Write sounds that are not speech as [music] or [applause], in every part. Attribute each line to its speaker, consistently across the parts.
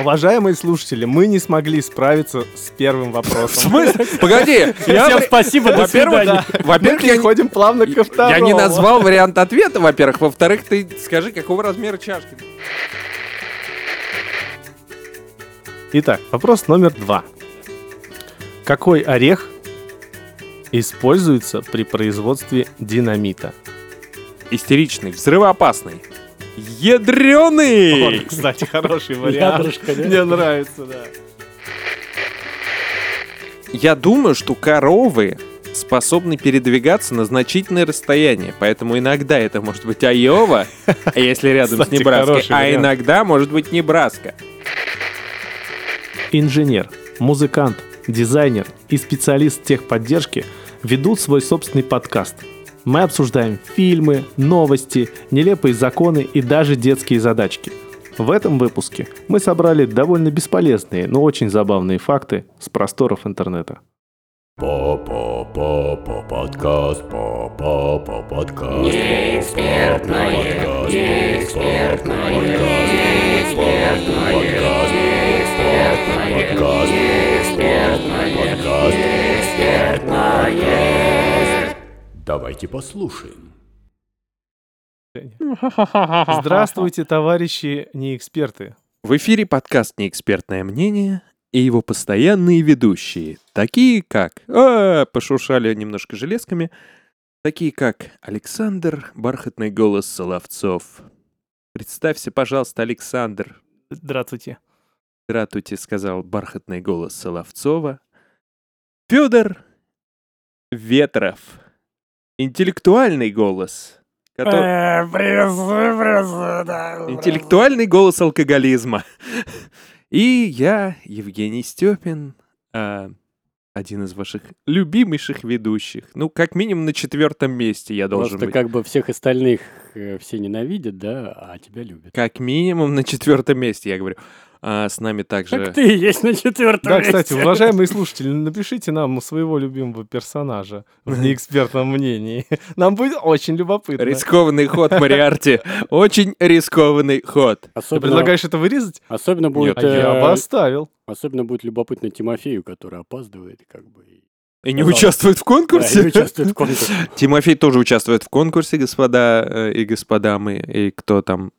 Speaker 1: Уважаемые слушатели, мы не смогли справиться с первым
Speaker 2: В [laughs]
Speaker 1: вопросом.
Speaker 2: смысле? Погоди. я
Speaker 3: Всем
Speaker 2: при-
Speaker 3: спасибо, до
Speaker 2: Во-первых,
Speaker 3: свидания.
Speaker 2: во-первых, я не-
Speaker 1: Переходим плавно ко второму.
Speaker 2: я не назвал вариант ответа, во-первых. Во-вторых, ты скажи, какого размера чашки?
Speaker 1: Итак, вопрос номер два. Какой орех используется при производстве динамита?
Speaker 2: Истеричный, взрывоопасный, ядреный.
Speaker 1: Вот, кстати, хороший вариант.
Speaker 3: Ядрышко, да?
Speaker 1: Мне нравится, да.
Speaker 2: Я думаю, что коровы способны передвигаться на значительное расстояние, поэтому иногда это может быть [laughs] Айова, если рядом с
Speaker 1: Кстати,
Speaker 2: Небраской,
Speaker 1: хороший
Speaker 2: а
Speaker 1: вариант.
Speaker 2: иногда может быть Небраска.
Speaker 1: Инженер, музыкант, дизайнер и специалист техподдержки ведут свой собственный подкаст. Мы обсуждаем фильмы, новости, нелепые законы и даже детские задачки. В этом выпуске мы собрали довольно бесполезные, но очень забавные факты с просторов интернета.
Speaker 4: Папа подкаст, папа подкаст. Неэкспертное, неэкспертное, неэкспертное, подкаст, неэкспертное, подкаст, неэкспертное. Давайте послушаем.
Speaker 1: Здравствуйте, товарищи неэксперты.
Speaker 2: В эфире подкаст «Неэкспертное мнение» и его постоянные ведущие, такие как... А, пошуршали немножко железками. Такие как Александр, бархатный голос Соловцов. Представься, пожалуйста, Александр.
Speaker 3: Здравствуйте.
Speaker 2: Дратути сказал бархатный голос Соловцова. Федор Ветров. Интеллектуальный голос. кото- Интеллектуальный голос алкоголизма. И я, Евгений Степин, а, один из ваших любимейших ведущих. Ну, как минимум на четвертом месте я должен
Speaker 5: Просто
Speaker 2: быть.
Speaker 5: как бы всех остальных э, все ненавидят, да, а тебя любят.
Speaker 2: Как минимум на четвертом месте, я говорю. А, с нами также...
Speaker 5: Как ты и есть на четвертом
Speaker 1: Да, кстати,
Speaker 5: месте.
Speaker 1: уважаемые слушатели, напишите нам своего любимого персонажа в неэкспертном мнении. Нам будет очень любопытно.
Speaker 2: Рискованный ход, Мариарти. Очень рискованный ход.
Speaker 1: Ты
Speaker 5: Особенно,
Speaker 1: предлагаешь это вырезать?
Speaker 5: особенно будет,
Speaker 2: Нет,
Speaker 5: э,
Speaker 1: А Я бы оставил.
Speaker 5: особенно будет любопытно Тимофею, который опаздывает, как бы. и-
Speaker 2: И не
Speaker 5: Пожалуйста.
Speaker 2: участвует в
Speaker 5: Да, [laughs] и
Speaker 2: конкурсе.
Speaker 5: участвует в конкурсе.
Speaker 2: Тимофей тоже участвует в конкурсе, господа э, и господа мы, и кто там.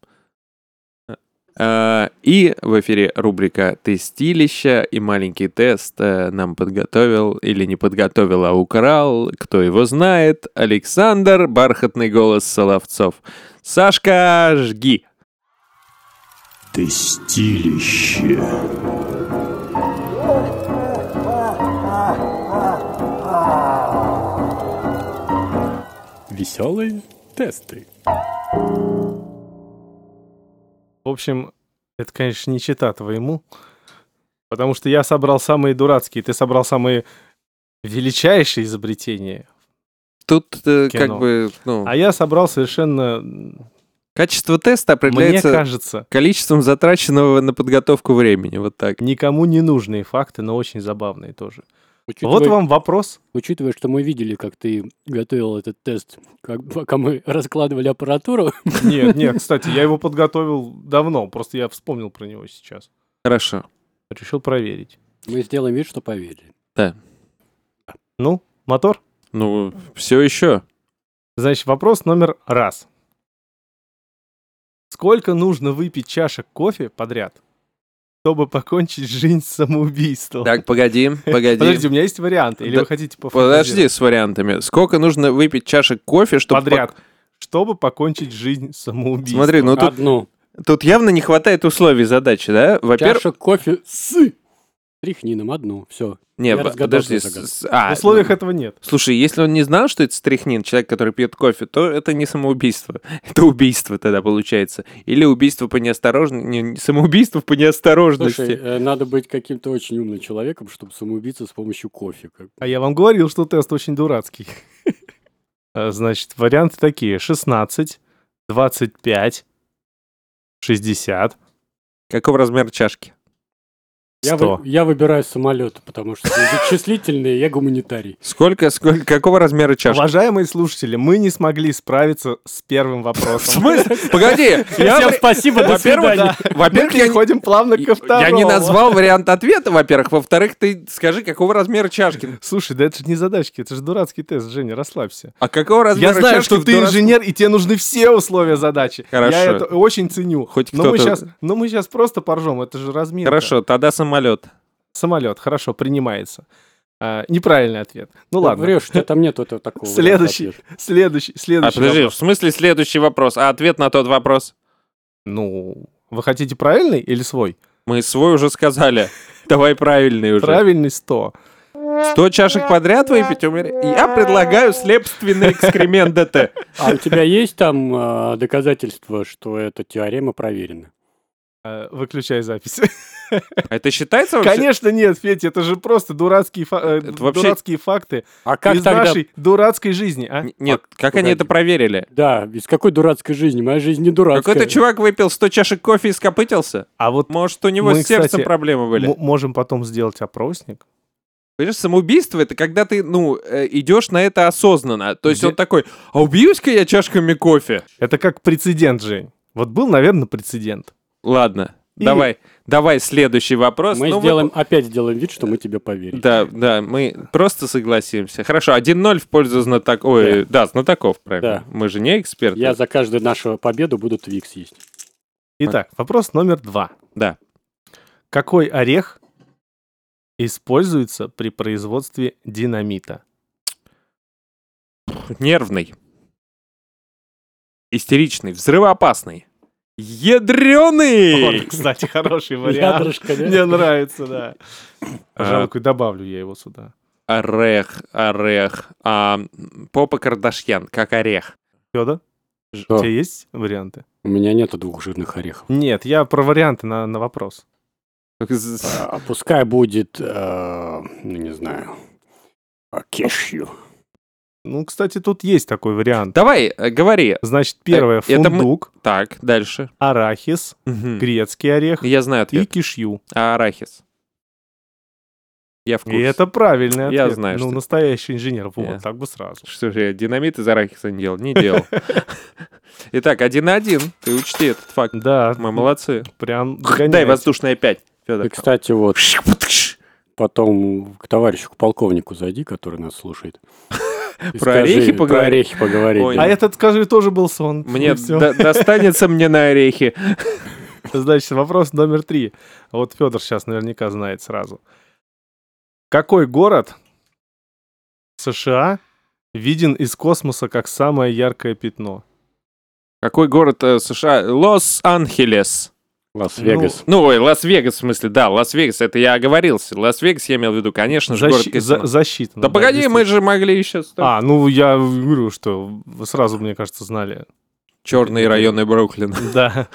Speaker 2: Э, И в эфире рубрика «Тестилище» и маленький тест э, нам подготовил, или не подготовил, а украл, кто его знает, Александр, бархатный голос Соловцов. Сашка, жги!
Speaker 4: Тестилище.
Speaker 5: Веселые тесты.
Speaker 1: В общем, это, конечно, не чита твоему. Потому что я собрал самые дурацкие, ты собрал самые величайшие изобретения.
Speaker 2: Тут э,
Speaker 1: Кино.
Speaker 2: как бы, ну,
Speaker 1: А я собрал совершенно, м,
Speaker 2: качество теста
Speaker 1: мне
Speaker 2: определяется
Speaker 1: кажется,
Speaker 2: количеством затраченного на подготовку времени, вот так.
Speaker 1: никому не нужные факты, но очень забавные тоже.
Speaker 5: Учитывая,
Speaker 1: Вот вам вопрос.
Speaker 5: учитывая, что мы видели, как ты готовил этот тест, как, пока мы [laughs] раскладывали аппаратуру,
Speaker 1: [laughs] Нет, нет, кстати, я его подготовил давно, просто я вспомнил про него сейчас.
Speaker 2: Хорошо.
Speaker 1: Решил проверить.
Speaker 5: мы сделаем вид, что поверили.
Speaker 1: Ну, мотор?
Speaker 2: Ну, все еще.
Speaker 1: Значит, вопрос номер раз. Сколько нужно выпить чашек кофе подряд, чтобы покончить жизнь самоубийством?
Speaker 2: Так, погоди,
Speaker 1: Подожди,
Speaker 2: погоди.
Speaker 1: у меня есть варианты. Или
Speaker 2: Да-
Speaker 1: вы хотите пофантазировать?
Speaker 2: Подожди с вариантами. Сколько нужно выпить чашек кофе, чтобы...
Speaker 1: Подряд.
Speaker 2: пок-
Speaker 1: Чтобы покончить жизнь самоубийством.
Speaker 2: Смотри,
Speaker 5: А
Speaker 2: ну тут,
Speaker 5: Одну
Speaker 2: тут явно не хватает условий задачи, да? Во-первых...
Speaker 5: чашу кофе с тряхнином, одну, все.
Speaker 2: Не,
Speaker 5: я
Speaker 2: по-
Speaker 5: разгадал
Speaker 2: подожди.
Speaker 5: твою
Speaker 2: с- а,
Speaker 1: В условиях
Speaker 2: ну,
Speaker 1: этого нет.
Speaker 2: Слушай, если он не знал, что это стряхнин, человек, который пьет кофе, то это не самоубийство. [laughs] Это убийство тогда получается. Или убийство по неосторожности... Не, не- самоубийство по
Speaker 5: Слушай,
Speaker 2: неосторожности.
Speaker 5: э, надо быть каким-то очень умным человеком, чтобы самоубиться с помощью кофе. как бы.
Speaker 1: А я вам говорил, что тест очень дурацкий. [laughs] Э, Значит, варианты такие. 16, 25, 60.
Speaker 2: Каков размер чашки?
Speaker 5: Я, вы-
Speaker 6: Сто.
Speaker 5: я выбираю самолет, потому что зачислительные, я гуманитарий.
Speaker 2: Сколько, сколько, какого размера чашка?
Speaker 1: Уважаемые слушатели, мы не смогли справиться с первым
Speaker 2: В
Speaker 1: вопросом.
Speaker 2: смысле? Погоди, я,
Speaker 5: Всем
Speaker 2: при-
Speaker 5: спасибо, до
Speaker 2: Во-первых,
Speaker 5: свидания.
Speaker 2: во-первых, я, не-
Speaker 1: Переходим плавно ко второму.
Speaker 2: А я не назвал вариант ответа, во-первых. Во-вторых, ты скажи, какого размера чашки?
Speaker 1: Слушай, да это же не задачки, это же дурацкий тест, Женя, расслабься.
Speaker 2: А какого размера
Speaker 1: Я знаю,
Speaker 2: чашки
Speaker 1: что
Speaker 2: в
Speaker 1: ты
Speaker 2: дурацком-
Speaker 1: инженер, и тебе нужны все условия задачи.
Speaker 2: Хорошо.
Speaker 1: Я это очень ценю.
Speaker 2: Хоть
Speaker 1: но мы
Speaker 2: кто-то-
Speaker 1: сейчас, но мы сейчас просто поржем, это же размер.
Speaker 2: Хорошо, тогда самолет.
Speaker 1: Самолет, хорошо, принимается. А, неправильный ответ. Ну ладно.
Speaker 5: Врешь, у тебя там нет этого такого.
Speaker 1: Следующий,
Speaker 5: ответа.
Speaker 1: следующий,
Speaker 2: А,
Speaker 1: следующий.
Speaker 2: подожди,
Speaker 1: вопрос.
Speaker 2: в смысле следующий вопрос? А ответ на тот вопрос?
Speaker 1: Ну, вы хотите правильный или свой?
Speaker 2: Мы свой
Speaker 1: [laughs]
Speaker 2: уже сказали. Давай правильный уже.
Speaker 1: Правильный 100.
Speaker 2: Сто чашек подряд выпить? у меня- Я предлагаю слепственный экскремент ДТ.
Speaker 5: А у тебя есть там а, доказательства, что эта теорема проверена?
Speaker 1: Э, Выключай
Speaker 2: [laughs]
Speaker 1: запись.
Speaker 2: А Это считается вообще?
Speaker 1: Конечно нет, Федь, это же просто дурацкие, фа- э,
Speaker 2: Это вообще-
Speaker 1: дурацкие факты
Speaker 5: А как
Speaker 1: из
Speaker 5: тогда...
Speaker 1: нашей дурацкой жизни, а?
Speaker 2: Н- Нет, как
Speaker 5: погоди.
Speaker 2: они это проверили?
Speaker 5: Да, из какой дурацкой жизни? Моя жизнь не дурацкая.
Speaker 2: Какой-то чувак выпил 100 чашек кофе и скопытился?
Speaker 1: А вот
Speaker 2: Может, у него
Speaker 1: Мы,
Speaker 2: с сердцем
Speaker 1: кстати,
Speaker 2: проблемы были?
Speaker 1: м- можем потом сделать опросник.
Speaker 2: Понимаешь, самоубийство — это когда ты, ну, э, идешь на это осознанно. То есть он такой, а убьюсь-ка я чашками кофе?
Speaker 1: Это как прецедент, Жень. Вот был, наверное, прецедент.
Speaker 2: Ладно,
Speaker 1: И-
Speaker 2: давай, давай следующий вопрос.
Speaker 5: Мы
Speaker 2: Ну, вот-
Speaker 5: сделаем, опять сделаем вид, что мы тебе поверили.
Speaker 2: Да, да, мы просто согласимся. Хорошо, 1-0 в пользу знаток... Ой, да, знатоков, правильно.
Speaker 5: Да.
Speaker 2: Мы же не эксперты.
Speaker 5: Я за каждую нашу победу буду Твикс есть.
Speaker 1: Итак, вопрос номер два.
Speaker 2: А. Да.
Speaker 1: Какой орех используется при производстве динамита?
Speaker 2: Нервный. Истеричный, взрывоопасный. Ядреный!
Speaker 1: Вот, кстати, хороший вариант. ну.
Speaker 5: Ядрышко, да?
Speaker 1: Мне нравится, да.
Speaker 2: А.
Speaker 1: Пожалуй, добавлю я его сюда.
Speaker 2: Орех, орех. А, Попа Кардашьян, как орех.
Speaker 1: Федор,
Speaker 5: Что?
Speaker 1: у тебя есть варианты?
Speaker 5: У меня нету двух жирных орехов.
Speaker 1: Нет, я про варианты на, на вопрос.
Speaker 2: З-
Speaker 5: А, пускай будет, э, ну, не знаю, а, кешью.
Speaker 1: Ну, кстати, тут есть такой вариант.
Speaker 2: Давай, э, говори.
Speaker 1: Значит, первое —
Speaker 2: это мы-
Speaker 1: фундук,
Speaker 2: Так, дальше.
Speaker 1: арахис,
Speaker 2: Мгм.
Speaker 1: грецкий орех
Speaker 2: Я знаю
Speaker 1: и
Speaker 2: ответ.
Speaker 1: кишью.
Speaker 2: А арахис? Я в
Speaker 1: И
Speaker 2: курсе.
Speaker 1: это правильный ответ.
Speaker 2: Я знаю,
Speaker 1: Ну,
Speaker 2: что-
Speaker 1: настоящий инженер. Вот,
Speaker 2: Я-
Speaker 1: так бы сразу.
Speaker 2: Что же я динамит из арахиса не делал?
Speaker 1: [laughs]
Speaker 2: Не делал. Итак, один на один. Ты учти этот факт.
Speaker 1: Да,
Speaker 2: Мы молодцы.
Speaker 1: прям
Speaker 2: Дай
Speaker 1: догоняете.
Speaker 2: воздушный опять, Федор.
Speaker 5: И, кстати, вот потом к товарищу, к полковнику зайди, который
Speaker 2: [laughs]
Speaker 5: нас слушает. И
Speaker 2: Про орехи
Speaker 5: Про
Speaker 2: поговорить?
Speaker 5: орехи поговорить.
Speaker 2: Ой,
Speaker 5: да.
Speaker 1: А этот, скажи, тоже был сон.
Speaker 2: Мне
Speaker 1: Ну И всё.
Speaker 2: до- достанется мне на орехи.
Speaker 1: Значит, вопрос номер три. Вот Федор сейчас наверняка знает сразу. Какой город США виден из космоса как самое яркое пятно?
Speaker 2: Какой город э, США? Лос-Анхелес.
Speaker 5: Лас-Вегас.
Speaker 2: Ну, ой, Лас-Вегас, в смысле, да, Лас-Вегас, это я оговорился. Лас-Вегас я имел в виду, конечно же, город
Speaker 1: Защи-
Speaker 2: казино.
Speaker 1: за- засчитано.
Speaker 2: Да погоди, мы
Speaker 1: действительно.
Speaker 2: же могли еще...
Speaker 1: А, ну я говорю, что вы сразу, мне кажется, знали.
Speaker 2: Черные районы Бруклина. [laughs]
Speaker 1: Да.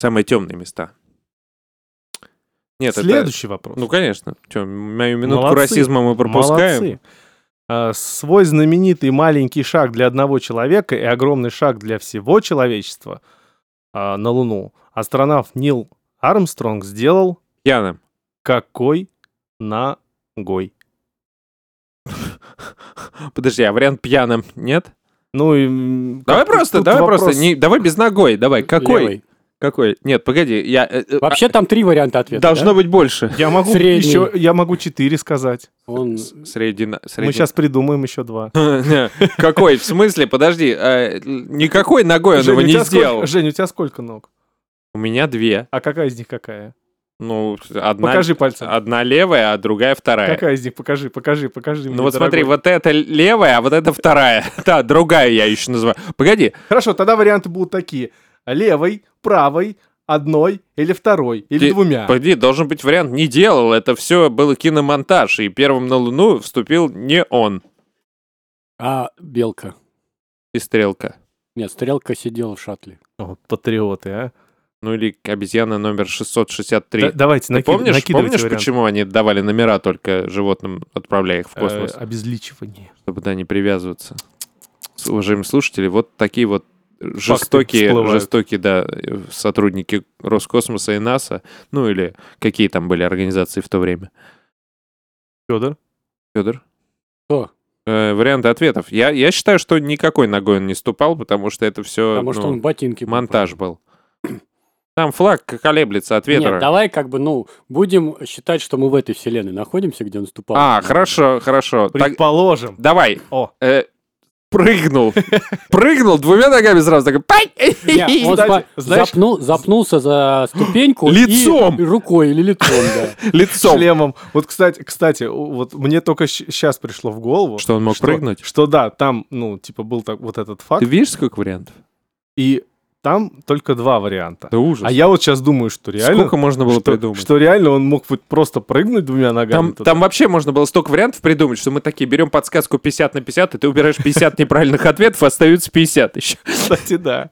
Speaker 2: Самые темные места. Нет, это-
Speaker 1: Следующий вопрос.
Speaker 2: Ну, конечно. Че, мою минутку
Speaker 1: Молодцы.
Speaker 2: расизма мы пропускаем.
Speaker 1: Молодцы. А, Свой знаменитый маленький шаг для одного человека и огромный шаг для всего человечества а, на Луну астронавт Нил Армстронг сделал
Speaker 2: Пьяным.
Speaker 1: какой ногой?
Speaker 2: Подожди, а вариант пьяным нет?
Speaker 1: Ну и... м,
Speaker 2: Давай
Speaker 1: как-
Speaker 2: просто,
Speaker 1: тут
Speaker 2: давай
Speaker 1: вопрос-
Speaker 2: просто, не, давай без ногой, давай. э, Какой?
Speaker 5: Левый.
Speaker 2: Какой? Нет, погоди, я... э, э,
Speaker 5: Вообще там три варианта
Speaker 2: а,
Speaker 5: ответа.
Speaker 2: должно
Speaker 5: да?
Speaker 2: быть больше.
Speaker 1: Я могу
Speaker 5: Средний.
Speaker 1: еще, я могу четыре сказать.
Speaker 5: Он...
Speaker 2: С- Среди... на- среди-
Speaker 1: Мы сейчас придумаем еще два.
Speaker 2: Не, Какой? В смысле? Подожди, э, никакой ногой он
Speaker 1: Жень,
Speaker 2: его
Speaker 1: у
Speaker 2: не
Speaker 1: тебя сколько-
Speaker 2: сделал.
Speaker 1: Жень, у тебя сколько ног?
Speaker 2: У меня две.
Speaker 1: А какая из них какая?
Speaker 2: Ну, одна...
Speaker 1: Покажи пальцем.
Speaker 2: Одна левая, а другая вторая.
Speaker 1: Какая из них? Покажи, покажи, покажи. мне,
Speaker 2: Ну вот смотри,
Speaker 1: дорогой.
Speaker 2: вот это левая, а вот это вторая. [laughs] Да, другая я еще называю. Погоди,
Speaker 1: Хорошо, тогда варианты будут такие. Левой, правой, одной или второй, или
Speaker 2: Ты-
Speaker 1: двумя.
Speaker 2: погоди, должен быть вариант не делал. Это все был киномонтаж, и первым на Луну вступил не он
Speaker 5: А, белка.
Speaker 2: и Стрелка.
Speaker 5: Нет, стрелка сидела в шаттле.
Speaker 2: Э,
Speaker 1: О, патриоты, а.
Speaker 2: Ну или обезьяна номер 663.
Speaker 1: Да- давайте,
Speaker 2: Ты
Speaker 1: наки-
Speaker 2: помнишь,
Speaker 1: накидывайте
Speaker 2: помнишь
Speaker 1: варианты.
Speaker 2: почему они давали номера только животным, отправляя их в космос,
Speaker 1: Э, обезличивание.
Speaker 2: чтобы туда не привязываться? С- Уважаемые слушатели, вот такие вот жестокие,
Speaker 1: всплывают.
Speaker 2: жестокие, да, э, сотрудники Роскосмоса и НАСА, ну или какие там были организации в то время.
Speaker 1: Федор.
Speaker 2: Федор?
Speaker 5: Что?
Speaker 2: Э, варианты ответов. Я, я считаю, что никакой ногой он не ступал, потому что это все
Speaker 5: Потому что он ботинки...
Speaker 2: ну, монтаж был. Там флаг колеблется от ветра.
Speaker 5: Нет, давай как бы, ну, будем считать, что мы в этой вселенной находимся, где он ступал.
Speaker 2: а, хорошо, хорошо. Так,
Speaker 1: Предположим.
Speaker 2: давай.
Speaker 1: О.
Speaker 2: Э, прыгнул. Прыгнул двумя ногами сразу. Такой, «Пай!»
Speaker 5: Не, он
Speaker 1: Кстати,
Speaker 5: спа-
Speaker 1: знаешь-
Speaker 5: запну- запнулся за ступеньку и
Speaker 2: Лицом!
Speaker 5: рукой или лицом, да.
Speaker 2: лицом.
Speaker 1: шлемом. Вот, кстати, кстати, у- вот мне только сейчас пришло в голову,
Speaker 2: Что он мог прыгнуть?
Speaker 1: Что да, там, ну, типа, был так, вот этот факт,
Speaker 2: Ты видишь, сколько вариантов?
Speaker 1: и там только два варианта.
Speaker 2: Да ужас.
Speaker 1: А я вот сейчас думаю, что реально...
Speaker 2: Сколько можно было
Speaker 1: что,
Speaker 2: придумать?
Speaker 1: что реально он мог вот просто прыгнуть двумя ногами.
Speaker 2: Там,
Speaker 1: туда.
Speaker 2: там вообще можно было столько вариантов придумать, что мы такие берем подсказку 50 на 50, и ты убираешь 50 неправильных ответов, остаются 50 еще.
Speaker 1: кстати, да.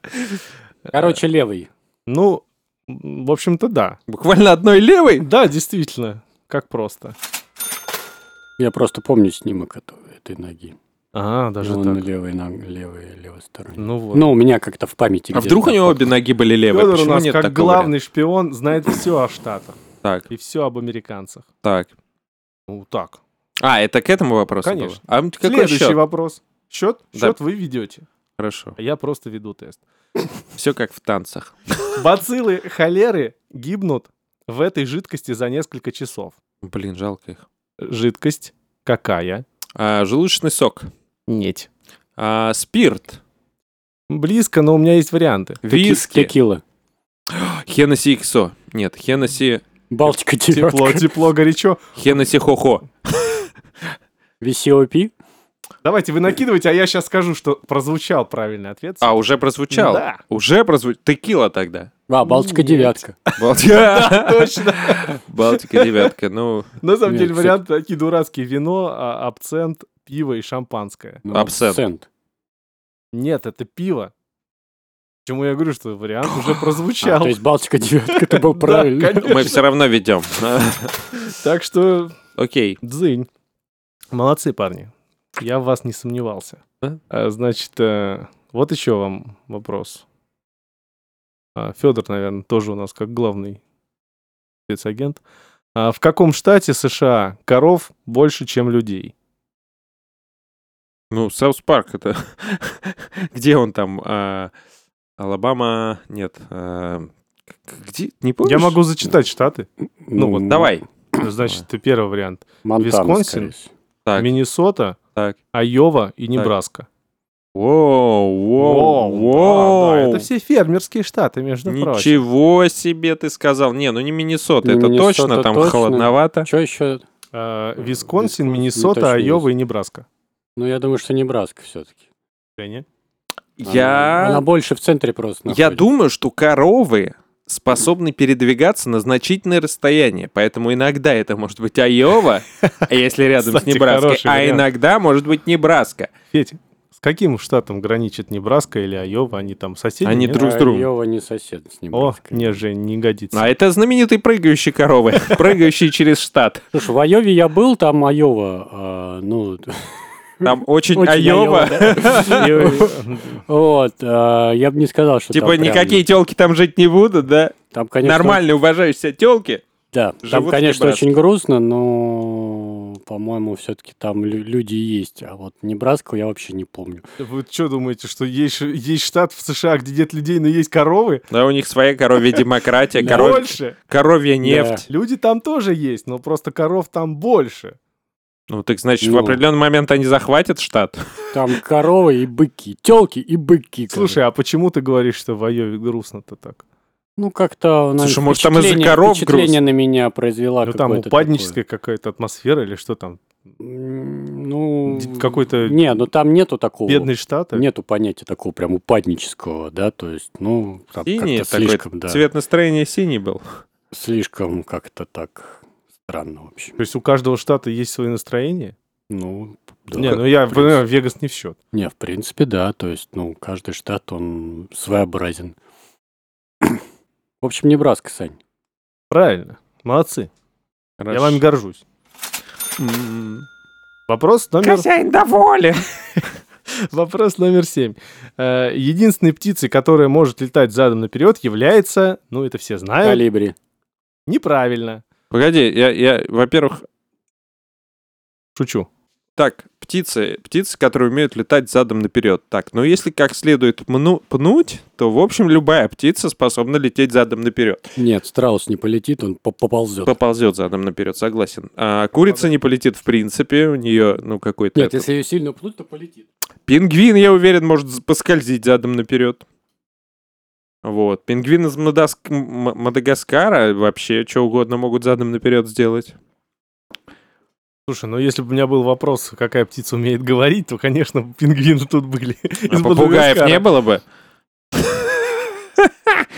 Speaker 5: Короче, левый.
Speaker 1: Ну, м, в общем-то, да.
Speaker 2: Буквально
Speaker 1: [laughs]
Speaker 2: одной левой.
Speaker 1: Да, действительно, как просто.
Speaker 5: Я просто помню снимок это- этой ноги.
Speaker 1: А, даже
Speaker 5: Он
Speaker 1: так.
Speaker 5: левой, ног- левой, левой стороной.
Speaker 1: Ну вот. Э,
Speaker 5: Ну, у меня как-то в памяти.
Speaker 2: А
Speaker 5: где-то
Speaker 2: вдруг у него
Speaker 5: так.
Speaker 2: обе ноги были левые?
Speaker 1: Фёдор у
Speaker 2: Почему
Speaker 1: нас
Speaker 2: нет
Speaker 1: как
Speaker 2: такого
Speaker 1: главный шпион знает все о Штатах
Speaker 2: варианта?
Speaker 1: и все об американцах.
Speaker 2: Так, так.
Speaker 1: Ну, так.
Speaker 2: А, это к этому вопросу было?
Speaker 1: Конечно.
Speaker 2: А м, какой
Speaker 1: Следующий
Speaker 2: счет?
Speaker 1: вопрос. Счет?
Speaker 2: Да.
Speaker 1: Счет вы ведете.
Speaker 2: Хорошо.
Speaker 1: А я просто веду тест.
Speaker 2: Все как в танцах.
Speaker 1: Бациллы холеры гибнут в этой жидкости за несколько часов.
Speaker 2: Блин, жалко их.
Speaker 1: Жидкость какая?
Speaker 2: А, желудочный сок.
Speaker 1: Нет.
Speaker 2: А, спирт.
Speaker 1: Близко, но у меня есть варианты.
Speaker 5: Теки-
Speaker 2: Виски.
Speaker 5: Текила.
Speaker 2: Хеннесси Иксо. Нет, Хеннесси...
Speaker 5: Балтика
Speaker 1: Тепло,
Speaker 5: девятка.
Speaker 1: тепло, горячо.
Speaker 2: Хеннесси Хо-Хо.
Speaker 5: VCOP.
Speaker 1: Давайте вы накидывайте, а я сейчас скажу, что прозвучал правильный ответ.
Speaker 2: А, уже прозвучал?
Speaker 1: Да. [laughs]
Speaker 2: Уже прозвучал. Текила тогда. [laughs]
Speaker 5: А, Балтика
Speaker 1: Нет.
Speaker 5: девятка.
Speaker 2: Балтика.
Speaker 1: Точно.
Speaker 2: Балтика девятка. Ну,
Speaker 1: На самом
Speaker 5: Нет,
Speaker 1: деле
Speaker 5: кстати.
Speaker 1: варианты такие дурацкие. Вино, а, абсент, пиво и шампанское.
Speaker 5: Ну,
Speaker 2: Абсент.
Speaker 1: Нет, это пиво. Почему я говорю, что вариант
Speaker 5: [laughs]
Speaker 1: уже
Speaker 5: А,
Speaker 1: прозвучал.
Speaker 5: то есть Балтика девятка, это
Speaker 1: [laughs]
Speaker 5: был
Speaker 1: Да,
Speaker 5: правильно.
Speaker 2: мы все равно ведем.
Speaker 1: Так что
Speaker 2: [laughs] Окей.
Speaker 1: Дзынь. Молодцы, парни. Я в вас не сомневался.
Speaker 2: Да?
Speaker 1: А, Значит, э, вот еще вам вопрос. А, Федор, наверное, тоже у нас как главный спецагент. А в каком штате США коров больше, чем людей?
Speaker 2: Ну, Саус Парк это... [laughs] Где он там? А, Алабама... Нет. а, к- Где? Не помнишь?
Speaker 1: Я могу зачитать штаты. Ну вот,
Speaker 2: Давай.
Speaker 1: Значит, первый вариант.
Speaker 5: Монтана,
Speaker 1: Висконсин?
Speaker 5: скорее всего.
Speaker 2: Так,
Speaker 1: Миннесота,
Speaker 2: так.
Speaker 1: Айова и Небраска.
Speaker 2: Воу,
Speaker 1: да,
Speaker 2: воу,
Speaker 1: да,
Speaker 2: воу.
Speaker 1: Это все фермерские штаты, между прочим.
Speaker 2: Ничего себе ты сказал. Не, ну не Миннесота,
Speaker 5: Не
Speaker 2: это
Speaker 5: Миннесота,
Speaker 2: точно, там
Speaker 5: точно.
Speaker 2: холодновато.
Speaker 5: Что еще?
Speaker 1: А,
Speaker 5: Висконсин,
Speaker 1: Висконсин,
Speaker 5: не
Speaker 1: Миннесота,
Speaker 5: точно
Speaker 1: Айова и Небраска.
Speaker 5: Ну, я думаю, что Небраска все-таки.
Speaker 1: Женя?
Speaker 2: Я...
Speaker 5: Она больше в центре просто
Speaker 2: Я
Speaker 5: находится.
Speaker 2: думаю, что коровы способны передвигаться на значительное расстояние, поэтому иногда это может быть Айова,
Speaker 5: [laughs]
Speaker 2: если рядом с
Speaker 1: Кстати,
Speaker 2: Небраской,
Speaker 1: хороший
Speaker 2: а
Speaker 1: вариант.
Speaker 2: иногда может быть Небраска.
Speaker 1: Петь, с каким штатом граничит Небраска или Айова? Они там соседи?
Speaker 2: Они
Speaker 1: нет?
Speaker 2: друг с другом.
Speaker 5: Айова не сосед с
Speaker 1: О,
Speaker 5: Небраской.
Speaker 1: не, Жень, не годится.
Speaker 2: А это знаменитые прыгающие коровы,
Speaker 5: [laughs]
Speaker 2: прыгающие через штат.
Speaker 5: Слушай, в Айове я был, там Айова, а, ну... [laughs]
Speaker 2: Там очень
Speaker 5: очень
Speaker 2: Айова.
Speaker 1: [laughs]
Speaker 5: да.
Speaker 1: э,
Speaker 5: Вот, а, я бы не сказал, что
Speaker 2: Типа
Speaker 5: там прям-
Speaker 2: никакие телки там жить не будут, да?
Speaker 5: Там, конечно,
Speaker 2: Нормальные уважающиеся телки.
Speaker 5: Да, там,
Speaker 2: живут в
Speaker 5: конечно,
Speaker 2: Небраске.
Speaker 5: очень грустно, но, по-моему, все-таки там лю- люди есть. А вот Небраску я вообще не помню.
Speaker 1: Вы что думаете, что есть, ш- есть штат в США, где нет людей, но есть коровы?
Speaker 2: Да, у них своя коровья
Speaker 5: [laughs]
Speaker 2: демократия,
Speaker 5: Да.
Speaker 2: коров-
Speaker 1: Больше!
Speaker 2: коровья нефть.
Speaker 1: Люди там тоже есть, но просто коров там больше.
Speaker 2: Ну, так значит, в
Speaker 5: Ну.
Speaker 2: определенный момент они захватят штат.
Speaker 5: Там коровы и быки, телки и быки. короче.
Speaker 1: Слушай, а почему ты говоришь, что в Айове грустно-то так?
Speaker 5: ну как-то... наверное,
Speaker 2: Слушай, может, там из-за
Speaker 5: впечатление-
Speaker 2: коров
Speaker 5: Впечатление на меня произвела
Speaker 2: А,
Speaker 1: Ну там
Speaker 5: какое-то
Speaker 1: упадническая какая-то атмосфера или что там?
Speaker 5: такое. М, Ну...
Speaker 1: Д- Какой-то
Speaker 5: Не, ну там нету такого.
Speaker 1: бедный штат? или-
Speaker 5: Нету понятия такого прям упаднического, да, то есть, ну, там
Speaker 2: Синий
Speaker 5: как-то
Speaker 2: такой.
Speaker 5: слишком, да,
Speaker 2: Цвет настроения синий был.
Speaker 5: слишком как-то так странно, в общем.
Speaker 1: То есть у каждого штата есть свое настроение?
Speaker 5: Ну, да.
Speaker 1: Не, ну я
Speaker 5: в
Speaker 1: понимаю, Вегас не в счет.
Speaker 5: Не, в принципе, да. То есть, ну, каждый штат, он своеобразен. В общем, Небраска, Сань.
Speaker 1: Правильно. Молодцы. Я вами горжусь.
Speaker 2: М. М-м-м.
Speaker 1: Вопрос номер...
Speaker 2: Хозяин доволен.
Speaker 1: [laughs] Вопрос номер семь. Э, Единственной птицей, которая может летать задом наперед, является, ну это все знают,
Speaker 5: Калибри.
Speaker 1: неправильно.
Speaker 2: Погоди, я, я во-первых,
Speaker 1: Шучу.
Speaker 2: так, птицы, птицы, которые умеют летать задом наперед. Так, ну если как следует мну- пнуть, то, в общем, любая птица способна лететь задом наперед.
Speaker 5: Нет, страус не полетит, он по- поползет.
Speaker 2: Поползет задом наперед, согласен. А курица не полетит в принципе, у нее, ну, какой-то...
Speaker 5: Нет,
Speaker 2: это-
Speaker 5: если ее сильно пнуть, то полетит.
Speaker 2: Пингвин, я уверен, может з- поскользить задом наперед. Вот. Пингвин из Мадаск- М- Мадагаскара вообще что угодно могут задом наперед сделать.
Speaker 1: Слушай, ну если бы у меня был вопрос, какая птица умеет говорить, то, конечно, [laughs] пингвины тут были. [laughs]
Speaker 2: А
Speaker 1: из
Speaker 2: попугаев
Speaker 1: Мадагаскара.
Speaker 2: не было бы.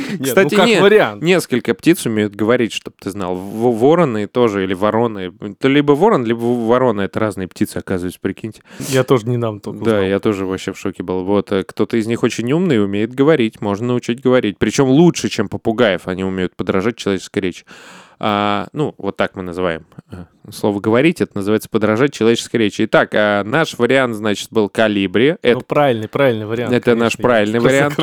Speaker 1: Нет,
Speaker 2: Кстати,
Speaker 1: ну как
Speaker 2: нет.
Speaker 1: вариант.
Speaker 2: Несколько птиц умеют говорить, чтобы ты знал. В- Вороны тоже или вороны. Это либо ворон, либо ворона. Это разные птицы, оказывается, прикиньте.
Speaker 1: Я тоже не нам только
Speaker 2: Да, я тоже вообще в шоке был. Вот э, кто-то из них очень умный, умеет говорить, можно научить говорить. Причем лучше, чем попугаев, они умеют подражать человеческой речи. А, ну, вот так мы называем. э, Слово «говорить» — это называется подражать человеческой речи. Итак, а наш вариант, значит, был «Калибри».
Speaker 1: Ну,
Speaker 2: Это,
Speaker 1: правильный, правильный вариант.
Speaker 2: Э, это наш правильный вариант.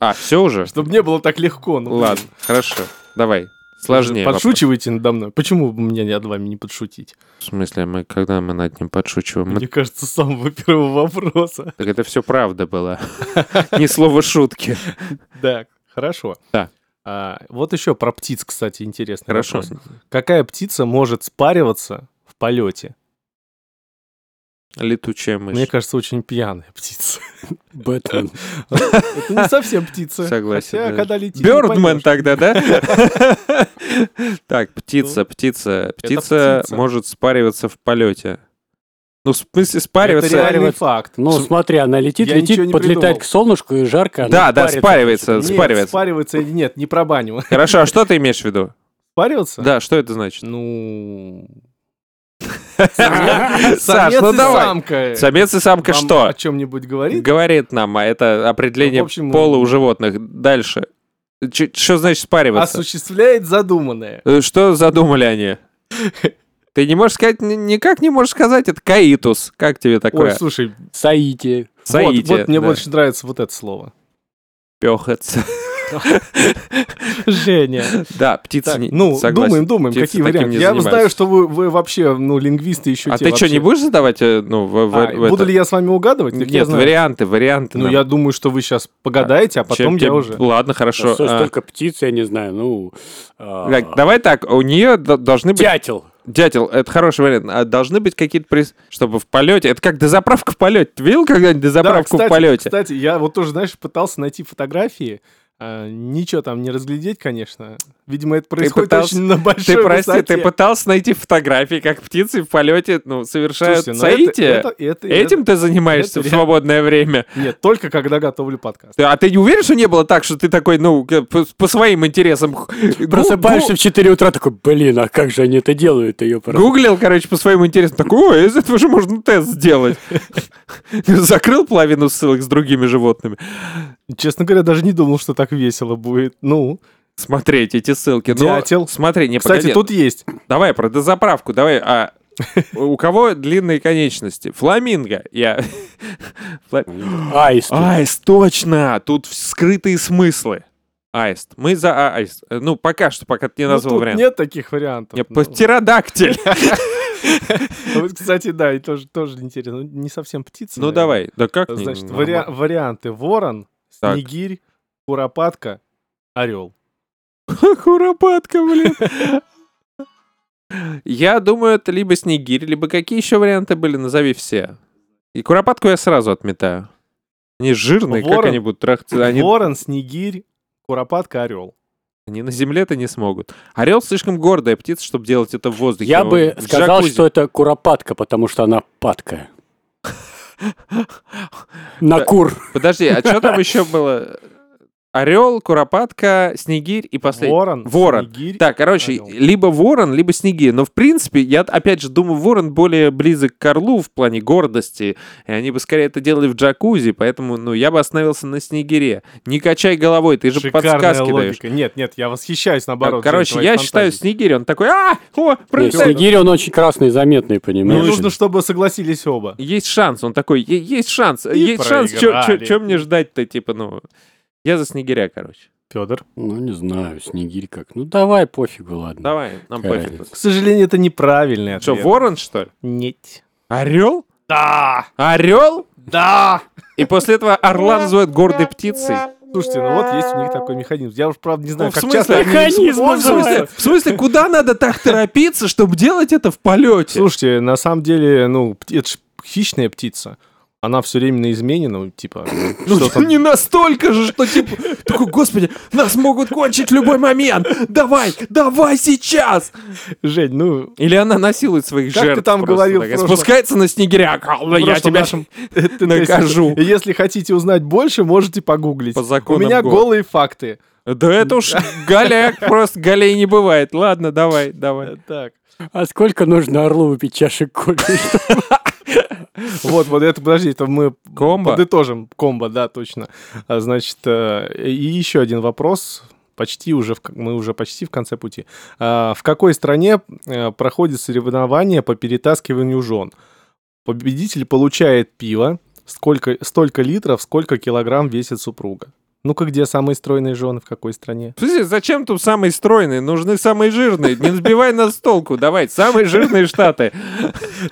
Speaker 2: А, все уже?
Speaker 1: Чтобы не было так легко. ну, блин.
Speaker 2: Ладно, хорошо. Давай, сложнее. вопрос.
Speaker 1: Подшучивайте надо мной. Почему бы мне над вами не подшутить?
Speaker 2: В смысле, мы, когда мы над ним подшучиваем? Мы-
Speaker 1: Мне кажется, с самого первого вопроса.
Speaker 2: Так это все
Speaker 1: [laughs]
Speaker 2: правда было. Ни слова шутки.
Speaker 1: Да, хорошо.
Speaker 2: Да.
Speaker 1: А, вот еще про птиц, кстати, интересный
Speaker 2: Хорошо.
Speaker 1: вопрос. Какая птица может спариваться в полете?
Speaker 2: Летучая
Speaker 1: Мне
Speaker 2: мышь.
Speaker 1: кажется, очень пьяная
Speaker 2: [laughs]
Speaker 1: птица.
Speaker 5: Бэтмен.
Speaker 1: Это не совсем птица.
Speaker 2: Согласен,
Speaker 1: Хотя,
Speaker 2: да.
Speaker 1: когда летит, не
Speaker 2: Бёрдмен
Speaker 1: поймёшь.
Speaker 2: тогда, да? [laughs] Так, птица, птица. Птица
Speaker 1: Ну, птица.
Speaker 2: может спариваться в полете. Ну, в смысле,
Speaker 1: Это
Speaker 2: спариваться...
Speaker 1: реальный факт.
Speaker 5: Ну, смотри, она летит,
Speaker 1: Я ничего
Speaker 5: летит,
Speaker 1: не
Speaker 5: подлетает
Speaker 1: придумал.
Speaker 5: к солнышку, и жарко она
Speaker 2: Да, да,
Speaker 5: парится.
Speaker 2: спаривается,
Speaker 1: Нет,
Speaker 2: спаривается.
Speaker 1: спаривается или нет, не пробаню.
Speaker 2: Хорошо, а что ты имеешь в виду?
Speaker 1: [laughs] Спариваться?
Speaker 2: Да, что это значит?
Speaker 1: Ну...
Speaker 2: Саш,
Speaker 1: Самец
Speaker 2: ну
Speaker 1: и
Speaker 2: давай.
Speaker 1: самка.
Speaker 2: Самец и самка
Speaker 1: Вам
Speaker 2: что?
Speaker 1: о чем-нибудь говорит?
Speaker 2: Говорит нам, а это определение
Speaker 1: Ну, в общем,
Speaker 2: пола у животных. Дальше. Ч- Что значит
Speaker 1: А
Speaker 2: спариваться?
Speaker 1: Осуществляет задуманное.
Speaker 2: Э, Что задумали они? Ты не можешь сказать, ни- никак не можешь сказать, это каитус. Как тебе
Speaker 1: Ой,
Speaker 2: такое?
Speaker 1: слушай,
Speaker 5: Саити.
Speaker 2: Саити,
Speaker 1: Вот, вот мне
Speaker 2: да.
Speaker 1: больше нравится вот это
Speaker 2: [laughs]
Speaker 1: слово.
Speaker 2: Пёхаться.
Speaker 1: Женя.
Speaker 2: Да, птица
Speaker 1: Так,
Speaker 2: не...
Speaker 1: ну,
Speaker 2: согласен.
Speaker 1: думаем, думаем,
Speaker 2: Птицы
Speaker 1: какие
Speaker 2: таким
Speaker 1: варианты.
Speaker 2: не
Speaker 1: Я
Speaker 2: занимаются.
Speaker 1: знаю, что вы, вы вообще, ну, лингвисты еще
Speaker 2: А
Speaker 1: те
Speaker 2: ты что,
Speaker 1: вообще.
Speaker 2: не будешь задавать, э, ну, в, в-
Speaker 1: А,
Speaker 2: в
Speaker 1: буду
Speaker 2: это?
Speaker 1: ли я с вами угадывать? Так я
Speaker 2: Нет,
Speaker 1: знаю.
Speaker 2: варианты, варианты.
Speaker 1: Ну,
Speaker 2: нам.
Speaker 1: я думаю, что вы сейчас погадаете, а
Speaker 2: Чем
Speaker 1: потом
Speaker 2: тебе-
Speaker 1: я уже...
Speaker 2: Ладно, хорошо.
Speaker 5: Что,
Speaker 2: а,
Speaker 5: столько птиц, я не знаю, ну... а,
Speaker 2: так, давай так, у нее должны быть...
Speaker 5: Дятел.
Speaker 2: Дятел, это хороший вариант. А должны быть какие-то приз, чтобы в полете. Это как дозаправка в полете. Ты видел когда-нибудь
Speaker 1: Да,
Speaker 2: дозаправку
Speaker 1: кстати,
Speaker 2: в полете?
Speaker 1: кстати, я вот тоже, знаешь, пытался найти фотографии, а, ничего там не разглядеть, конечно. Видимо, это происходит
Speaker 2: пытался-
Speaker 1: очень на большой
Speaker 2: Ты прости,
Speaker 1: высоте.
Speaker 2: ты пытался найти фотографии, как птицы в полете ну, совершают
Speaker 1: Слушайте, ну, это-
Speaker 2: соитие.
Speaker 1: это- это-
Speaker 2: Этим ты занимаешься
Speaker 1: это
Speaker 2: в
Speaker 1: реально-
Speaker 2: свободное время.
Speaker 1: это- Нет, только когда готовлю подкаст.
Speaker 2: Ты- А ты не уверен, что не было так, что ты такой, ну, к- по, по своим интересам... х- гу-
Speaker 5: Просыпаешься в 4 утра, такой, блин, а как же они это делают? Ее
Speaker 2: гу- Гуглил, короче, по своим интересам. Такой, ой, из этого же можно тест сделать. [laughs] Закрыл половину ссылок с другими животными.
Speaker 1: Честно говоря, даже не думал, что так весело будет. Ну,
Speaker 2: Смотреть эти ссылки. Ну,
Speaker 1: Дятел.
Speaker 2: Смотри, не
Speaker 1: кстати,
Speaker 2: погоди.
Speaker 1: тут есть.
Speaker 2: Давай про дозаправку, давай.
Speaker 1: [laughs]
Speaker 2: А у кого длинные конечности? Фламинго. Я... Фла-
Speaker 5: Аист.
Speaker 2: Аист, точно! Тут скрытые смыслы. Аист. Мы за а- аист. Э, Ну, пока что, пока ты не
Speaker 1: Ну,
Speaker 2: назвал
Speaker 1: тут
Speaker 2: вариант.
Speaker 1: Нет таких вариантов.
Speaker 2: Я
Speaker 1: Ну,
Speaker 2: по- Птеродактиль.
Speaker 1: вот, кстати, да, и тоже, тоже интересно. Ну, Не совсем птица.
Speaker 2: Ну,
Speaker 1: наверное.
Speaker 2: давай. Да
Speaker 5: э,
Speaker 2: как? не-
Speaker 1: Значит,
Speaker 2: нормально.
Speaker 1: вариа- варианты. Ворон,
Speaker 2: Так.
Speaker 1: снегирь, куропатка, орел.
Speaker 2: [laughs] Куропатка, блин. Я думаю, это либо снегирь, либо какие еще варианты были, назови все. И куропатку я сразу отметаю. Они жирные, как
Speaker 1: Ворон.
Speaker 2: они будут трахаться? Они
Speaker 1: Ворон, снегирь, куропатка, орел.
Speaker 2: Они на земле-то не смогут. Орел слишком гордая птица, чтобы делать это в воздухе.
Speaker 5: Я
Speaker 2: Он
Speaker 5: бы
Speaker 2: в
Speaker 5: сказал,
Speaker 2: джакузи.
Speaker 5: что это куропатка, потому что она
Speaker 2: [laughs]
Speaker 5: падка. На кур. [laughs]
Speaker 2: Подожди, а что там еще было? Орел, куропатка, снегирь и последний.
Speaker 1: Ворон,
Speaker 2: Ворон.
Speaker 1: снегирь.
Speaker 2: Так, короче,
Speaker 1: Орел.
Speaker 2: либо ворон, либо снегирь. Но, в принципе, я опять же думаю, ворон более близок к орлу в плане гордости. И они бы скорее это делали в джакузи, поэтому, ну, я бы остановился на снегире. Не качай головой, ты же
Speaker 1: Шикарная
Speaker 2: подсказки даешь.
Speaker 1: логика. Нет, нет, я восхищаюсь наоборот.
Speaker 2: Короче, я считаю снегирь, он такой, а, о,
Speaker 5: Нет,
Speaker 2: пролетает».
Speaker 5: Снегирь, он очень красный и заметный,
Speaker 1: Мне
Speaker 5: понимаешь?
Speaker 1: нужно, чтобы согласились оба.
Speaker 2: Есть шанс, он такой, «Е- есть шанс, есть шанс,
Speaker 1: проиграли.
Speaker 2: что мне ждать-то, типа, ну... Я за снегиря, короче.
Speaker 1: Федор.
Speaker 5: Ну, не знаю, Снегирь как. Ну, давай, пофигу, ладно.
Speaker 2: Давай, нам
Speaker 5: Какая
Speaker 2: пофиг.
Speaker 5: разница?
Speaker 1: К сожалению, это неправильный
Speaker 2: Что,
Speaker 1: ответ.
Speaker 2: ворон, что ли?
Speaker 1: Нет.
Speaker 2: Орел?
Speaker 1: Да!
Speaker 2: Орел?
Speaker 1: Да!
Speaker 2: И после этого орла называют гордой птицей.
Speaker 1: Слушайте, ну вот есть у них такой механизм. Я уж, правда, не знаю,
Speaker 2: Ну, в
Speaker 1: как
Speaker 2: смысле,
Speaker 1: часто... они-
Speaker 5: Механизм
Speaker 2: Ну, В смысле,
Speaker 5: называется.
Speaker 2: в смысле, куда надо так торопиться, чтобы делать это в полете?
Speaker 1: Слушайте, на самом деле, ну, пти- это ж хищная птица. Она все временно изменена, ну,
Speaker 2: [coughs]
Speaker 1: типа... что
Speaker 2: Ну,
Speaker 1: там-
Speaker 2: не настолько же, что типа, такой, господи, нас могут кончить в любой момент. Давай, давай сейчас.
Speaker 1: Жень, ну,
Speaker 2: Или она насилует своих
Speaker 1: Как ты
Speaker 2: жертв.
Speaker 1: там
Speaker 2: просто
Speaker 1: говорил
Speaker 2: такая,
Speaker 1: в прошлом-
Speaker 2: Спускается на снегиря. «Алла, Ну, Я
Speaker 1: прошлом [laughs]
Speaker 2: тебя
Speaker 1: нашем-
Speaker 2: накажу.
Speaker 1: Если, э, если хотите узнать больше, можете погуглить.
Speaker 2: По
Speaker 1: У
Speaker 2: законам
Speaker 1: меня
Speaker 2: гор.
Speaker 1: голые факты.
Speaker 2: Да это уж голяк, просто голей не бывает. Ладно, давай, давай.
Speaker 1: Так.
Speaker 5: А сколько нужно орлу выпить чашек кофе? [laughs]
Speaker 1: Вот, вот это, подожди, это мы
Speaker 2: Комбо.
Speaker 1: подытожим. Комбо, да, точно. А, Значит, э, и еще один вопрос. Почти уже, в к- мы уже почти в конце пути. А, В какой стране э, проходит соревнование по перетаскиванию жен? Победитель получает пиво, сколько, столько литров, сколько килограмм весит супруга. Ну-ка, где самые стройные жены, в какой стране?
Speaker 2: В смысле, зачем тут самые стройные? Нужны самые жирные. Не сбивай нас с толку. Давай, самые жирные штаты.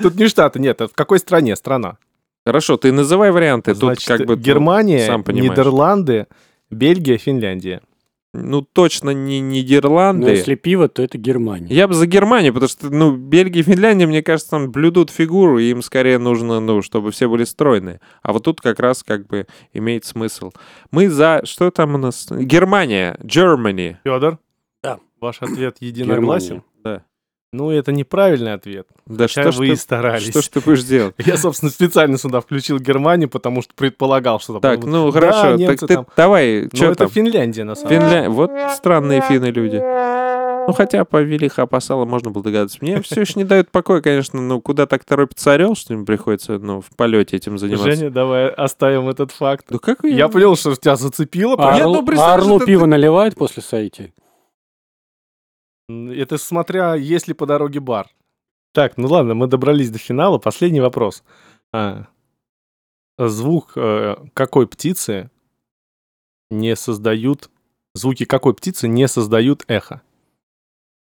Speaker 1: Тут не штаты, нет, а в какой стране страна?
Speaker 2: Хорошо, ты называй варианты.
Speaker 1: Значит,
Speaker 2: тут как бы...
Speaker 1: Германия,
Speaker 2: сам понимаешь.
Speaker 1: Нидерланды, Бельгия, Финляндия.
Speaker 2: Ну, точно не
Speaker 5: Ну,
Speaker 2: Нидерланды.
Speaker 5: если пиво, то это Германия.
Speaker 2: Я бы за Германию, потому что, ну, Бельгия и Финляндия, мне кажется, там блюдут фигуру, и им скорее нужно, ну, чтобы все были стройные. А вот тут как раз как бы имеет смысл. Мы за... Что там у нас? Германия, Germany.
Speaker 1: Федор?
Speaker 5: Да.
Speaker 1: Ваш ответ единогласен?
Speaker 5: Германия.
Speaker 1: Ну, это неправильный ответ.
Speaker 2: Да
Speaker 1: Хотя
Speaker 2: что ж
Speaker 1: вы и
Speaker 2: ты...
Speaker 1: старались.
Speaker 2: Что ж ты будешь делать?
Speaker 1: [laughs] Я, собственно, специально сюда включил Германию, потому что предполагал, что там...
Speaker 2: Так,
Speaker 1: будут-
Speaker 2: ну
Speaker 1: Да,
Speaker 2: хорошо, так
Speaker 1: немцы
Speaker 2: ты
Speaker 1: там.
Speaker 2: давай,
Speaker 1: Ну,
Speaker 2: что
Speaker 1: это
Speaker 2: там?
Speaker 1: Финляндия, на самом деле.
Speaker 2: Финля- Вот странные финны люди. Ну, хотя по Велиха Апасала можно было догадаться. Мне все еще не дают покоя, конечно, ну, куда так торопится орел, что им приходится, ну, в полете этим заниматься.
Speaker 1: Женя, давай оставим этот факт.
Speaker 2: Ну, как
Speaker 1: Я понял, что тебя зацепило.
Speaker 5: А
Speaker 2: Нет,
Speaker 5: орлу,
Speaker 2: ну,
Speaker 5: а
Speaker 2: представь,
Speaker 5: орлу
Speaker 2: что ты-
Speaker 5: пиво наливают после сойти?
Speaker 1: М,
Speaker 2: ну-
Speaker 1: Это смотря, есть ли по дороге бар. Так, ну ладно, мы добрались до финала. Последний вопрос. А, звук э, какой птицы не создают... Звуки какой птицы не создают эхо?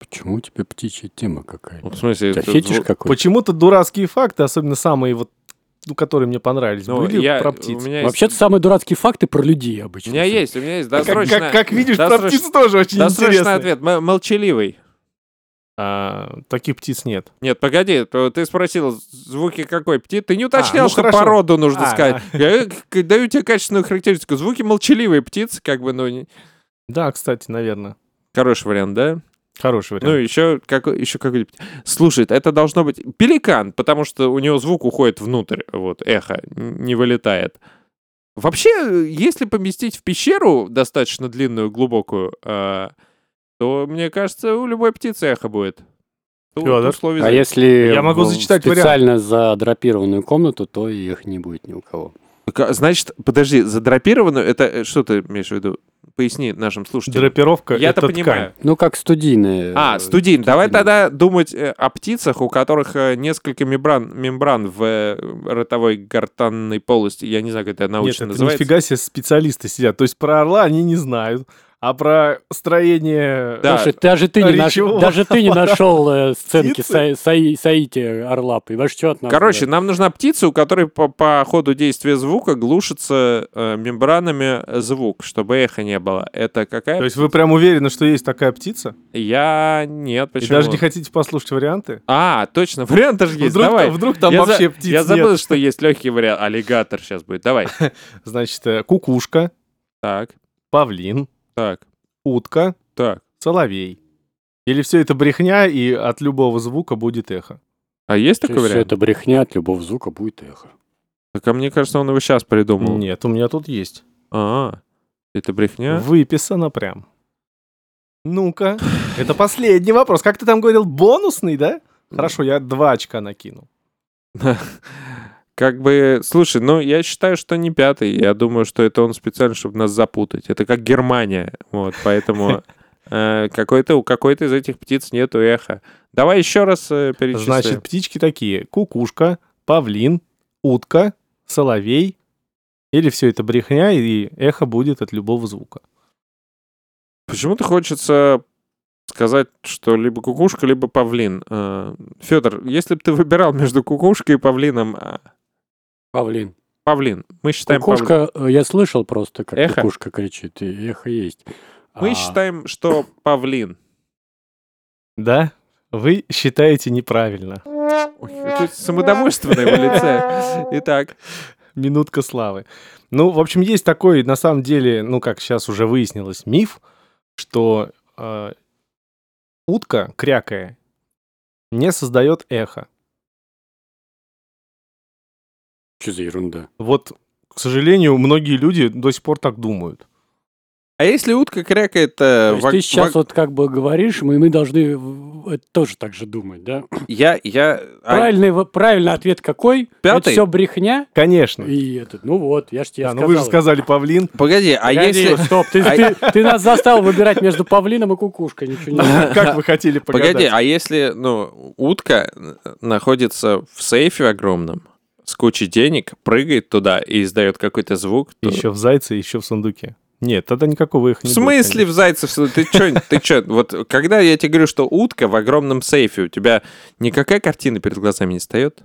Speaker 5: Почему у тебя птичья тема какая-то?
Speaker 2: Ну, в смысле,
Speaker 5: У тебя
Speaker 2: это
Speaker 5: фетиш
Speaker 2: звук-
Speaker 5: какой-то?
Speaker 1: Почему-то дурацкие факты, особенно самые вот, ну, которые мне понравились,
Speaker 2: Ну,
Speaker 1: были
Speaker 2: я-
Speaker 1: про
Speaker 2: у
Speaker 1: птиц.
Speaker 2: меня есть-
Speaker 5: Вообще-то самые дурацкие факты про людей обычно.
Speaker 2: У меня есть, у меня есть досрочно.
Speaker 1: Как, как видишь, про
Speaker 2: досрочно-
Speaker 1: птиц тоже очень
Speaker 2: Досрочный
Speaker 1: интересно. А,
Speaker 2: ответ, м- молчаливый.
Speaker 1: таких птиц нет.
Speaker 2: Нет, погоди, то ты спросил, звуки какой птицы. Ты не уточнял,
Speaker 1: ну
Speaker 2: что
Speaker 1: хорошо.
Speaker 2: породу нужно
Speaker 1: А,
Speaker 2: сказать. Я э, к- даю тебе качественную характеристику. Звуки молчаливые птицы, как бы, ну, не-
Speaker 1: Да, кстати, наверное.
Speaker 2: хороший вариант, да?
Speaker 1: Хороший
Speaker 2: Ну,
Speaker 1: вариант.
Speaker 2: еще как, еще какой Слушай, это должно быть пеликан, потому что у него звук уходит внутрь, вот, эхо, н- не вылетает. Вообще, э, если поместить в пещеру достаточно длинную, глубокую, э, то, мне кажется, у любой птицы эхо будет. Тут
Speaker 1: Фёдор?
Speaker 2: условий
Speaker 5: А
Speaker 2: за-
Speaker 5: если
Speaker 1: Я могу
Speaker 5: в-
Speaker 1: зачитать
Speaker 5: специально за драпированную комнату, то и их не будет ни у кого.
Speaker 2: Так, а, Значит, подожди, задрапированную, это э, что ты имеешь в виду? Поясни нашим слушателям.
Speaker 1: Драпировка
Speaker 2: Я-то
Speaker 1: это ткань.
Speaker 2: понимаю.
Speaker 5: Ну, как студийные.
Speaker 2: А,
Speaker 5: э,
Speaker 2: студень. Давай
Speaker 5: студийные.
Speaker 2: тогда думать э, о птицах, у которых э, несколько мембран, мембран в э, ротовой гортанной полости. Я не знаю, как это
Speaker 1: Нет,
Speaker 2: научно
Speaker 1: это
Speaker 2: называется.
Speaker 1: нифига себе специалисты сидят. То есть про орла они не знают, а про строение...
Speaker 2: Да.
Speaker 5: Слушай, даже ты, не наш-
Speaker 1: речевого
Speaker 5: даже ты
Speaker 1: [laughs]
Speaker 5: не нашел э, сценки
Speaker 1: птицы.
Speaker 5: Са- Саи- Саити Орла, понимаешь, что от нас?
Speaker 2: Короче,
Speaker 5: блядь?
Speaker 2: нам нужна птица, у которой по, по ходу действия звука глушится э, мембранами звук, чтобы эхо не было. Это какая?
Speaker 1: Ну, То есть вы прям уверены, что есть такая птица?
Speaker 2: Я нет,
Speaker 1: И
Speaker 2: почему?
Speaker 1: даже не хотите послушать варианты?
Speaker 2: А, точно, [laughs] вариант даже есть.
Speaker 1: Вдруг,
Speaker 2: Давай.
Speaker 1: вдруг там
Speaker 2: я за-
Speaker 1: вообще птиц
Speaker 2: Я забыл,
Speaker 1: нет.
Speaker 2: что есть легкий вариант. Аллигатор сейчас
Speaker 1: [laughs]
Speaker 2: будет. Давай.
Speaker 1: Значит, э, кукушка,
Speaker 2: Так,
Speaker 1: павлин,
Speaker 2: так,
Speaker 1: утка,
Speaker 2: так.
Speaker 1: соловей. Или все это брехня, и от любого звука будет эхо.
Speaker 2: А есть
Speaker 5: То
Speaker 2: такой
Speaker 5: есть всё
Speaker 2: вариант?
Speaker 5: это брехня, от любого звука будет эхо.
Speaker 2: Так, а мне кажется, он его сейчас придумал.
Speaker 1: Нет, у меня тут есть.
Speaker 2: А, Это брехня?
Speaker 1: Выписано прям. Ну-ка, это последний вопрос. Как ты там говорил, бонусный, да? Хорошо, я два очка накинул.
Speaker 2: Как бы, слушай, ну я считаю, что не пятый. Я думаю, что это он специально, чтобы нас запутать. Это как Германия, вот, поэтому э, какой-то у какой-то из этих птиц нету эха. Давай еще раз э, перечислим.
Speaker 1: Значит, птички такие. Кукушка, павлин, утка, соловей. Или все это брехня, и эхо будет от любого звука.
Speaker 2: почему-то хочется сказать, что либо кукушка, либо павлин. Э, Федор, если бы ты выбирал между кукушкой и павлином, а,
Speaker 5: Павлин.
Speaker 2: павлин, мы считаем павлин.
Speaker 5: Кукушка, э, я слышал просто, как
Speaker 2: Эхо?
Speaker 5: кукушка кричит. и Эхо есть.
Speaker 2: Мы
Speaker 5: А,
Speaker 2: считаем, что павлин.
Speaker 1: Да? Вы считаете неправильно.
Speaker 2: Ой, это самодовольство на его лице. Итак,
Speaker 1: Минутка славы. Ну, в общем, есть такой, на самом деле, ну, как сейчас уже выяснилось, миф, что э, утка, крякая, не создает эхо.
Speaker 5: Что за ерунда?
Speaker 1: Вот, к сожалению, многие люди до сих пор так думают.
Speaker 2: а если утка крякает...
Speaker 5: То
Speaker 2: э,
Speaker 5: есть
Speaker 2: вак-
Speaker 5: ты сейчас
Speaker 2: вак-
Speaker 5: вот как бы говоришь, мы, мы должны в- э, тоже так же думать, да?
Speaker 2: Я, я... а,
Speaker 5: Правильный, во- правильный ответ какой? Это
Speaker 2: Пятый? Хм. А,
Speaker 5: все брехня?
Speaker 1: Конечно.
Speaker 5: И этот, ну вот, я ж тебе
Speaker 1: Да,
Speaker 5: сказал.
Speaker 1: ну вы же сказали
Speaker 5: [laughs]
Speaker 1: павлин.
Speaker 2: Погоди, а
Speaker 5: Погоди,
Speaker 2: если...
Speaker 5: Стоп, ты,
Speaker 2: а-
Speaker 5: ты- ты нас заставил выбирать между павлином и
Speaker 2: [laughs]
Speaker 5: кукушкой, ничего
Speaker 1: [laughs]
Speaker 5: не...
Speaker 1: Как вы хотели
Speaker 2: Погоди,
Speaker 1: погадать?
Speaker 2: а если, ну, утка э, находится в сейфе огромном, с кучей денег, прыгает туда и издает какой-то звук, то-
Speaker 1: Еще в зайце, еще в сундуке. Нет, тогда никакого их
Speaker 2: В
Speaker 1: не будет,
Speaker 2: смысле
Speaker 1: конечно.
Speaker 2: в зайцев? Ты чё, ты чё? Вот когда я тебе говорю, что утка в огромном сейфе, у тебя никакая картина перед глазами не встает?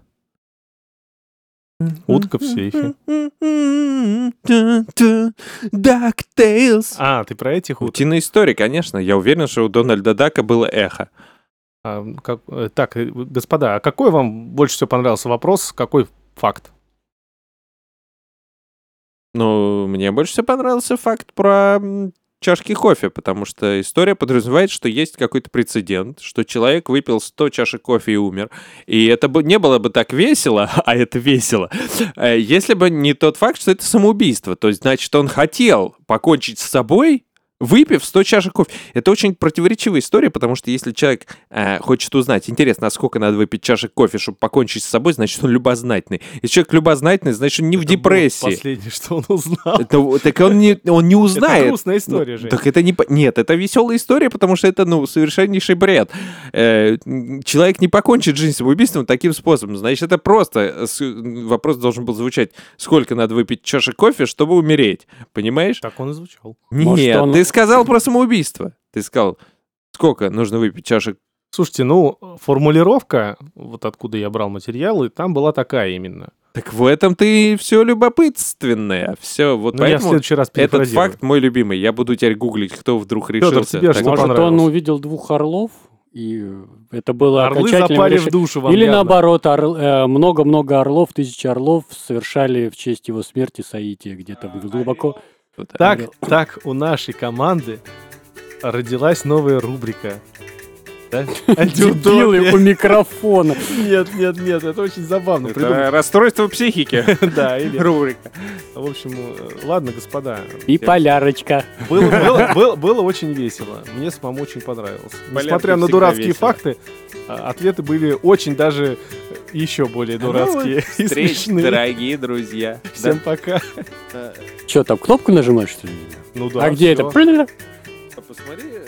Speaker 1: Утка в сейфе.
Speaker 2: DuckTales.
Speaker 1: А, ты про этих уток?
Speaker 2: Утиная история, конечно. Я уверен, что у Дональда Дака было эхо.
Speaker 1: А, как- э, так, э, господа, а какой вам больше всего понравился вопрос? Какой факт?
Speaker 2: Ну, мне больше всего понравился факт про м, чашки кофе, потому что история подразумевает, что есть какой-то прецедент, что человек выпил 100 чашек кофе и умер. И это бы не было бы так весело, [laughs] а это весело, э, если бы не тот факт, что это самоубийство. То есть, значит, он хотел покончить с собой, выпив 100 чашек кофе. Это очень противоречивая история, потому что если человек э, хочет узнать, интересно, а сколько надо выпить чашек кофе, чтобы покончить с собой, значит, он любознательный. Если человек любознательный, значит, он не в
Speaker 1: Это было
Speaker 2: депрессии.
Speaker 1: Последнее, что он узнал.
Speaker 2: Это в- так он не, он не
Speaker 1: Это
Speaker 2: узнает.
Speaker 1: грустная история,
Speaker 2: Ну,
Speaker 1: же.
Speaker 2: так это не... по- Нет, это веселая история, потому что это, ну, совершеннейший бред. Э, м, человек не покончит жизнь самоубийством таким способом. Значит, это просто... э, с- Вопрос должен был звучать, сколько надо выпить чашек кофе, чтобы умереть. Понимаешь?
Speaker 1: Так он и звучал.
Speaker 5: Может,
Speaker 2: Нет,
Speaker 5: он-
Speaker 2: ты сказал про самоубийство. Ты сказал, сколько нужно выпить чашек...
Speaker 1: Слушайте, ну, формулировка, вот откуда я брал материалы, там была такая именно.
Speaker 2: Так в этом ты все любопытственное. Все,
Speaker 1: Но
Speaker 2: вот
Speaker 1: Ну, я в
Speaker 2: поэтому...
Speaker 1: следующий раз
Speaker 2: Этот
Speaker 1: перефразирую.
Speaker 2: факт мой любимый. Я буду теперь гуглить, кто вдруг решился.
Speaker 1: тебе
Speaker 2: так
Speaker 1: что
Speaker 5: Может, он
Speaker 1: понравилось?
Speaker 5: увидел двух орлов, и э, это было
Speaker 1: Орлы
Speaker 5: окончательное
Speaker 1: запали в
Speaker 5: решение.
Speaker 1: душу вам
Speaker 5: Или
Speaker 1: явно.
Speaker 5: наоборот, орл- э, много-много орлов, тысячи орлов совершали в честь его смерти соитие где-то
Speaker 1: [laughs]
Speaker 5: в- глубоко.
Speaker 2: вот.
Speaker 1: Так, так, у нашей команды родилась новая рубрика.
Speaker 2: [laughs]
Speaker 1: Да?
Speaker 5: Дебилы у
Speaker 1: Антиутопия.
Speaker 5: микрофона.
Speaker 1: Нет, нет, нет, это очень забавно. придумано. [laughs]
Speaker 2: Это расстройство психики.
Speaker 1: Да, или...
Speaker 2: Ну, Рубрика.
Speaker 1: В общем, э, ладно, господа.
Speaker 5: И полярочка.
Speaker 1: Было, было- было- было очень весело. Мне самому очень понравилось. Несмотря на
Speaker 2: всегда
Speaker 1: дурацкие
Speaker 2: весело.
Speaker 1: факты, а, ответы были очень даже еще более
Speaker 2: ну,
Speaker 1: дурацкие [laughs] и
Speaker 2: Встреч,
Speaker 1: смешные.
Speaker 2: дорогие друзья.
Speaker 1: Всем пока.
Speaker 5: Че там, кнопку нажимаешь, что ли?
Speaker 1: Ну да,
Speaker 5: А где
Speaker 1: всё.
Speaker 5: это?
Speaker 2: Да, Посмотри